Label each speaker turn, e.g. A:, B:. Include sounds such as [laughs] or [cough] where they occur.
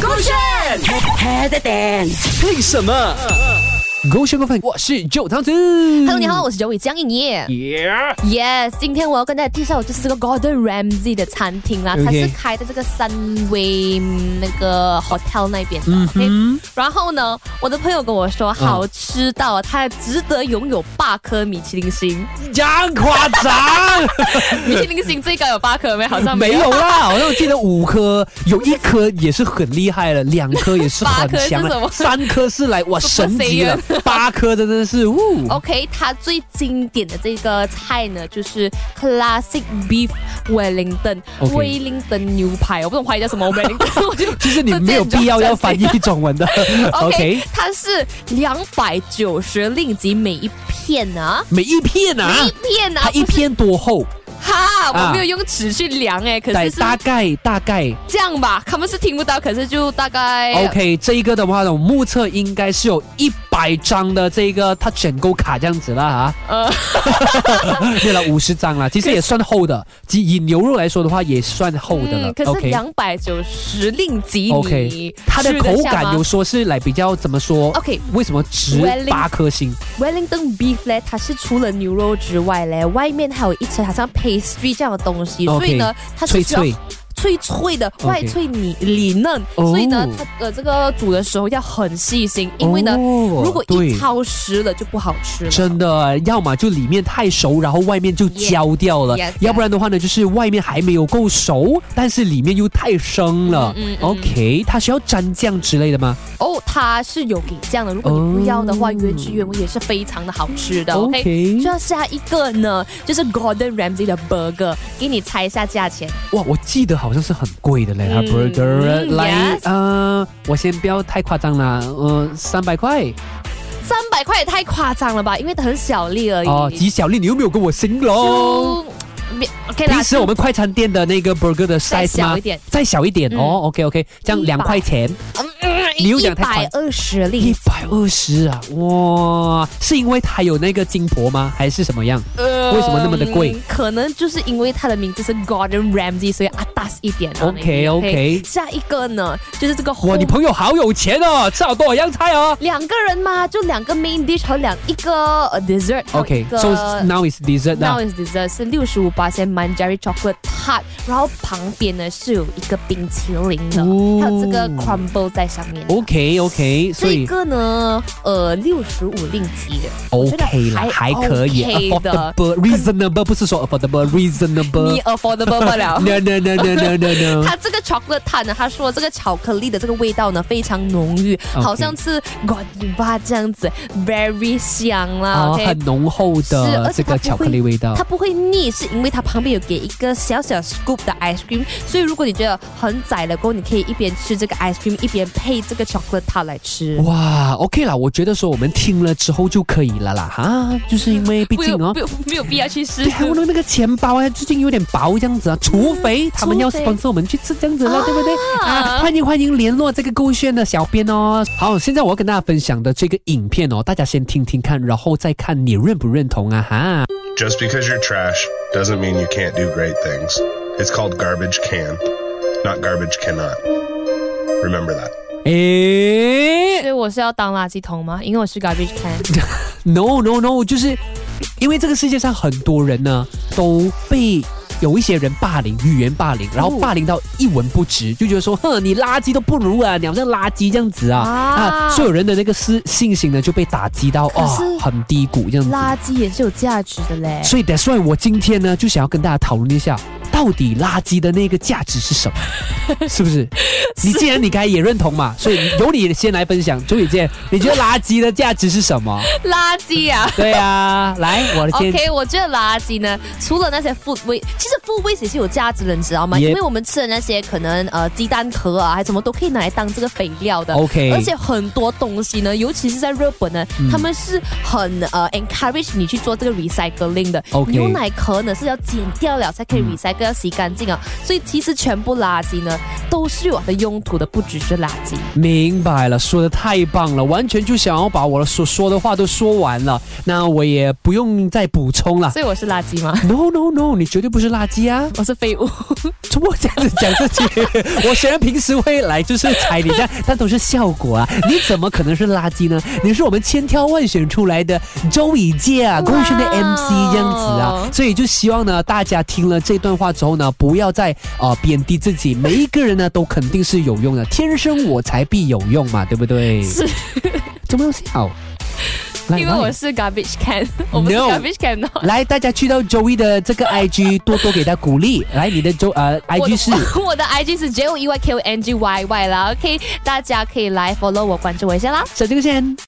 A: 勾选 h 的 d
B: 为什么？狗血不分，我是九汤子。
C: Hello，你好，我是 Joey 江颖业。Yes，今天我要跟大家介绍就是这个 Gordon Ramsay 的餐厅啦
B: OK
C: 它是开在这个三威那个 hotel 那边的。OK，然
B: 嗯
C: 后呢，我的朋友跟我说，好吃到啊它值得拥有八颗米其林星。
B: [laughs] 讲夸张，
C: 米其林星最高有八颗没？好像
B: 没
C: 没
B: 有啦，好像我记得五颗，有一颗也是很厉害了，两颗也是很强
C: 八颗是什
B: 了，
C: 么
B: 三颗是来哇
C: Super
B: 神级了，八颗真的是呜。
C: OK，它最经典的这个菜呢，就是 Classic Beef Wellington
B: OK
C: 威灵顿牛排，我不懂怀疑叫什么
B: [laughs]
C: 威灵顿，我就
B: 其实你没有必要要翻译中文的 [laughs]
C: OK，它是两百九十令吉每一片啊，
B: 每一片啊
C: 每一，片啊，
B: 它一
C: 不是
B: 片多厚？
C: 哈，
B: 啊
C: 我没有用尺去量哎、可
B: 对
C: 是，是
B: 大概大概。
C: 这样吧，他们是听不到，可是就大概
B: OK，这一个的话呢，我目测应该是有一百张的这个 Touch and Go 卡这样子啦啊。
C: 呃，
B: [laughs] 对了，五十张啦，其实也算厚的，即以牛肉来说的话，也算厚的了。
C: 嗯，可是
B: OK
C: 两百九十令吉
B: OK，
C: 你
B: 它的
C: 吃得
B: 口
C: 下吗
B: 感有说是来比较怎么说
C: OK
B: 为什么值
C: Welling-
B: 八颗星？
C: Wellington beef 嘞，它是除了牛肉之外嘞，外面还有一层好像 pastry 这样的东西
B: OK，
C: 所以呢，它是
B: 脆
C: 需要
B: 脆
C: 脆脆的，外脆里里嫩
B: 哦
C: 所以呢，它的这个煮的时候要很细心，因为呢，
B: 哦
C: 如果
B: 对
C: 一超时了就不好吃了。
B: 真的，要么就里面太熟，然后外面就
C: Yeah
B: 焦掉了
C: Yes，
B: 要不然的话呢，就是外面还没有够熟，但是里面又太生了。
C: 嗯嗯嗯
B: OK，它需要蘸酱之类的吗？
C: 哦，它是有给酱的，如果你不要的话
B: 哦
C: 原汁原味也是非常的好吃的。
B: OK
C: OK，就要下一个呢，就是 Gordon Ramsay 的 burger，给你猜一下价钱。
B: 哇，我记得好像是很贵的嘞，它
C: 嗯
B: burger
C: 嗯
B: 来
C: yes
B: 呃，我先不要太夸张啦，呃，三百块
C: 三百块也太夸张了吧？因为很小粒而已。
B: 哦，几小粒，你又没有跟我形容。
C: 就别 OK 啦。
B: 平时
C: 就
B: 我们快餐店的那个 burger 的 size
C: 再小
B: 吗
C: 一？点，
B: 再小一点
C: 嗯
B: 哦，OK OK，这样
C: 100
B: 两块钱，你又
C: 嗯一
B: 讲太
C: 百
B: 宽
C: 二十
B: 一
C: 粒，
B: 百二十啊，哇，是因为它有那个金箔吗？还是什么样？
C: 呃
B: 为什么那么的贵？
C: 可能就是因为它的名字是 Gordon Ramsay，所以阿大一点啊。
B: OK，
C: maybe，
B: OK
C: 下一个呢，就是这个
B: 哇，你
C: 红
B: 朋友好有钱哦，吃好多样菜哦。
C: 两个人嘛，就两个 main dish 和两一个呃 dessert 还有一
B: OK，so、
C: 个
B: now is dessert 啊啦
C: Now。is dessert 是六十五八仙 Manjari chocolate tart，然后旁边呢是有一个冰淇淋的，
B: 哦
C: 还有这个 crumble 在上面。
B: OK OK，所
C: 这
B: 以
C: 个呢，呃，六十五令吉的，我觉得
B: OK 啦，还可以
C: OK 的。
B: ，affordable，reasonable，不是说 affordable，reasonable
C: 你。affordable 哦不
B: [laughs]
C: 了。
B: No no no no no no no。
C: [laughs] 它这个 chocolate 塔呢，他说这个巧克力的这个味道呢非常浓郁
B: OK
C: 好像是 Godiva 这样子，very 香啦。
B: 啊，
C: 哦 OK，
B: 很浓厚
C: 是而
B: 的这
C: 且它
B: 个巧克力味道
C: 它。不会腻，是因为它旁边有给一个小小 scoop 的 ice cream，所以如果你觉得很窄了，过后你可以一边吃这个 ice cream，一边配这个 chocolate 塔来吃。
B: 哇，OK 啦，我觉得说我们听了之后就可以了啦，哈，就是因为毕
C: 不
B: 竟
C: 有
B: 哦
C: 不，有没有必要去
B: [laughs]
C: 试
B: 对，。还有那个钱包啊，最近有点薄这样子啊，除非他们要
C: 嗯除非
B: sponsor 我们去吃这样子了，对不对？啊，欢迎欢迎联络这个勾选的小编哦。好，现在我要跟大家分享的这个影片哦，大家先听听看，然后再看你认不认同啊哈。
D: Just because you're trash doesn't mean you can't do great things. It's called garbage can, not garbage cannot. Remember that.
B: 诶
C: 所以我是要当垃圾桶吗？因为我是
B: [laughs]
C: garbage can。
B: ，no no no，就是因为这个世界上很多人呢都被。有一些人霸凌，语言霸凌，然
C: 哦
B: 后霸凌到一文不值，就觉得说，哼，你垃圾都不如啊，你好像垃圾这样子啊，
C: 啊
B: 啊，所有人的那个是信心呢就被打击到，
C: 可
B: 啊，
C: 是
B: 很低谷这样子。
C: 垃圾也是有价值的
B: [laughs]
C: 嘞。
B: 所以 that's why 我今天呢就想要跟大家讨论一下，到底垃圾的那个价值是什么，是
C: [laughs]
B: 不是？你既然你刚才也认同嘛，所以由你先来分享，周雨健，你觉得垃圾的价值是什么？
C: 垃圾啊。
B: 对啊，来，我先。
C: OK，我觉得垃圾呢，除了那些 food waste，其实 food waste 也是有价值的，你知道吗？
B: Yep
C: 因为我们吃的那些可能呃鸡蛋壳啊，还什么都可以拿来当这个肥料的。
B: OK
C: 而且很多东西呢，尤其是在日本呢，
B: 嗯
C: 他们是很呃 encourage 你去做这个 recycling 的。
B: OK 嗯
C: 牛奶壳呢是要剪掉了才可以 recycle，、要洗干净啊。所以其实全部垃圾呢都是有它的用途的，不只是垃圾。
B: 明白了，说的太棒了，完全就想要把我所说的话都说完了，那我也不用再补充了。
C: 所以我是垃圾吗？ [laughs]
B: No no no，你绝对不是垃圾啊！
C: 我是废物。
B: [laughs] 怎么这样子讲自己？我虽然平时会来就是踩你一
C: [laughs]
B: 下，但都是效果啊！你怎么可能是垃圾呢？你是我们千挑万选出来的周以界啊，公选的
C: 哇
B: MC 这样子啊，所以就希望呢，大家听了这段话之后呢，不要再呃贬低自己，每一个人呢都肯定是有用的，天生我材必有用嘛，对不对？
C: 是，
B: 怎么要笑？来
C: 因为我
B: 来
C: 是 garbage can，我不是
B: No
C: garbage can 哦。
B: 来，大家去到 Joey 的这个 IG 多多给他鼓励。来，你的周呃
C: 我的
B: IG 是
C: [laughs] 我的 IG 是 J O E Y K O N G Y Y 啦，OK，大家可以来 follow 我，关注我一下啦。
B: 小金先。